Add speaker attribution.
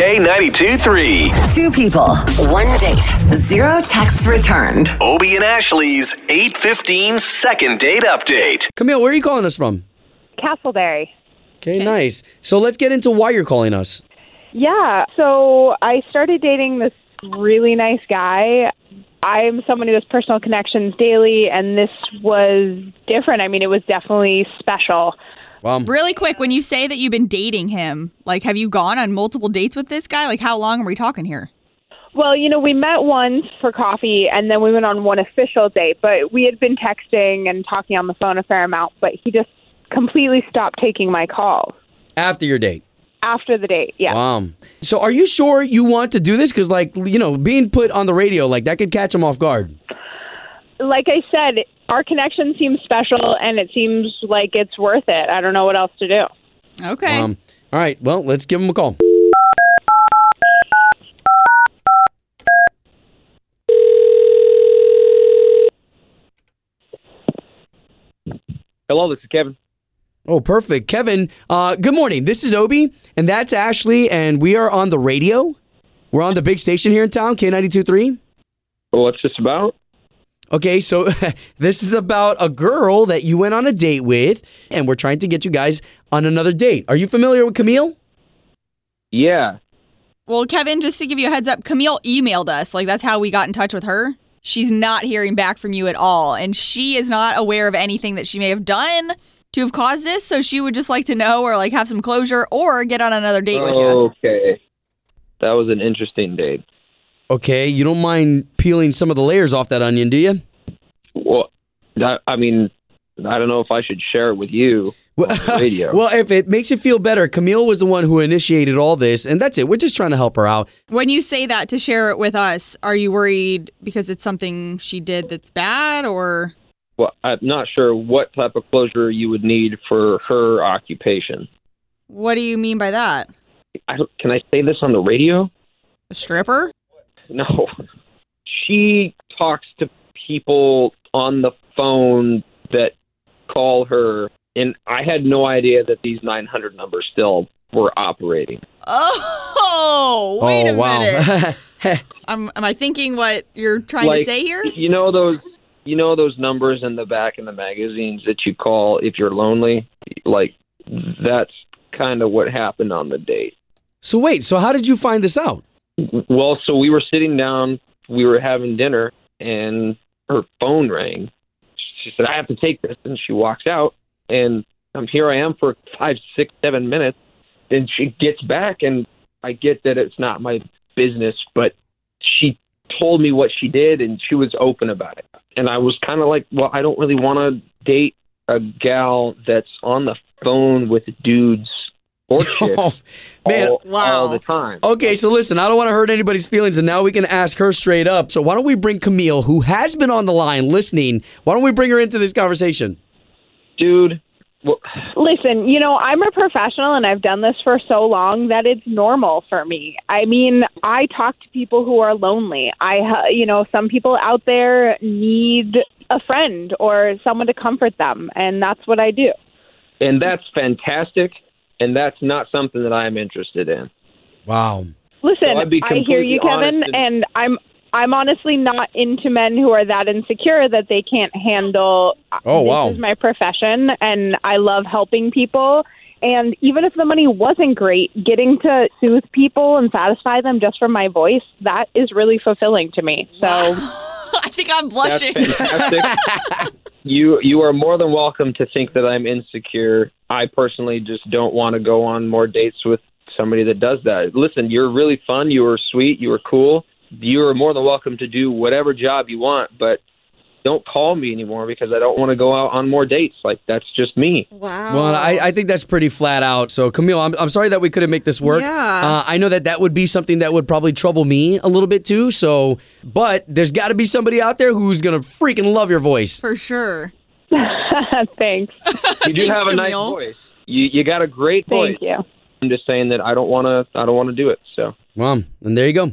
Speaker 1: K92 3.
Speaker 2: Two people, one date, zero texts returned.
Speaker 1: Obie and Ashley's 815 second date update.
Speaker 3: Camille, where are you calling us from?
Speaker 4: Castleberry.
Speaker 3: Okay, nice. So let's get into why you're calling us.
Speaker 4: Yeah. So I started dating this really nice guy. I'm someone who has personal connections daily, and this was different. I mean, it was definitely special.
Speaker 3: Well,
Speaker 5: Really quick, when you say that you've been dating him, like, have you gone on multiple dates with this guy? Like, how long are we talking here?
Speaker 4: Well, you know, we met once for coffee, and then we went on one official date, but we had been texting and talking on the phone a fair amount, but he just completely stopped taking my calls
Speaker 3: after your date.
Speaker 4: after the date. Yeah.
Speaker 3: Wow. So are you sure you want to do this? Because, like, you know, being put on the radio, like, that could catch him off guard.
Speaker 4: like I said, our connection seems special and it seems like it's worth it. I don't know what else to do.
Speaker 5: Okay.
Speaker 3: Um, all right. Well, let's give him a call.
Speaker 6: Hello, this is Kevin.
Speaker 3: Oh, perfect. Kevin, uh, good morning. This is Obi, and that's Ashley, and we are on the radio. We're on the big station here in town, K92.3.
Speaker 6: Well, what's this about?
Speaker 3: Okay, so this is about a girl that you went on a date with, and we're trying to get you guys on another date. Are you familiar with Camille?
Speaker 6: Yeah.
Speaker 5: well, Kevin, just to give you a heads up, Camille emailed us. Like, that's how we got in touch with her. She's not hearing back from you at all, and she is not aware of anything that she may have done to have caused this. So she would just like to know or like have some closure or get on another date with you.
Speaker 6: Okay. That was an interesting date.
Speaker 3: Okay, you don't mind peeling some of the layers off that onion, do you?
Speaker 6: Well, that, I mean, I don't know if I should share it with you on the radio.
Speaker 3: well, if it makes you feel better, Camille was the one who initiated all this, and that's it. We're just trying to help her out.
Speaker 5: When you say that to share it with us, are you worried because it's something she did that's bad or?
Speaker 6: well, I'm not sure what type of closure you would need for her occupation.
Speaker 5: What do you mean by that?
Speaker 6: I, don't- can I say this on the radio?
Speaker 5: A stripper?
Speaker 6: No. She talks to people on the phone that call her, and I had no idea that these 900 numbers still were operating.
Speaker 5: Oh, wait
Speaker 3: oh,
Speaker 5: a minute.
Speaker 3: wow.
Speaker 5: Um, am I thinking what you're trying to
Speaker 6: Like,
Speaker 5: say here?
Speaker 6: You know those you know those numbers in the back in the magazines that you call if you're lonely? Like that's kind of what happened on the date.
Speaker 3: so, wait, so how did you find this out?
Speaker 6: Well, so we were sitting down, we were having dinner and her phone rang. She said, I have to take this and she walks out and I'm here I am for five, six, seven minutes and she gets back and I get that it's not my business, but she told me what she did and she was open about it. And I was kind of like, well, I don't really want to date a gal that's on the phone with dudes or chicks
Speaker 3: Oh, man.
Speaker 6: all, all
Speaker 5: Wow.
Speaker 6: the time.
Speaker 3: Okay, so listen, I don't want to hurt anybody's feelings, and now we can ask her straight up. So, why don't we bring Camille, who has been on the line listening, why don't we bring her into this conversation?
Speaker 6: Dude, well,
Speaker 4: Listen, you know, I'm a professional and I've done this for so long that it's normal for me. I mean, I talk to people who are lonely. I, ha- you know, some people out there need a friend or someone to comfort them, and that's what I do.
Speaker 6: and that's fantastic. And that's not something that I'm interested in.
Speaker 3: Wow.
Speaker 4: Listen,
Speaker 6: So I'd be
Speaker 4: I hear you,
Speaker 6: completely
Speaker 4: Kevin,
Speaker 6: honest
Speaker 4: and I'm I'm honestly not into men who are that insecure that they can't handle. uh,
Speaker 3: Oh,
Speaker 4: this
Speaker 3: wow.
Speaker 4: is my profession, and I love helping people. And even if the money wasn't great, getting to soothe people and satisfy them just from my voice, that is really fulfilling to me. So
Speaker 5: I think I'm
Speaker 6: That's
Speaker 5: blushing.
Speaker 6: fantastic. you you are more than welcome to think that I'm insecure. I personally just don't want to go on more dates with somebody that does that. Listen, you're really fun. You are sweet. You are cool. You are more than welcome to do whatever job you want, but don't call me anymore because I don't want to go out on more dates. Like that's just me.
Speaker 7: Wow.
Speaker 3: Well, I, I think that's pretty flat out. So, Camille, I'm, I'm sorry that we couldn't make this work.
Speaker 7: Yeah.
Speaker 3: Uh, I know that that would be something that would probably trouble me a little bit too. So, but there's got to be somebody out there who's going to freaking love your voice.
Speaker 5: for sure.
Speaker 4: Thanks.
Speaker 6: You do
Speaker 5: Thanks,
Speaker 6: have a nice
Speaker 5: Camille.
Speaker 6: voice. You you got a great voice.
Speaker 4: Thank you.
Speaker 6: I'm just saying that I don't want to I don't want to do it. So.
Speaker 3: Well, and there you go.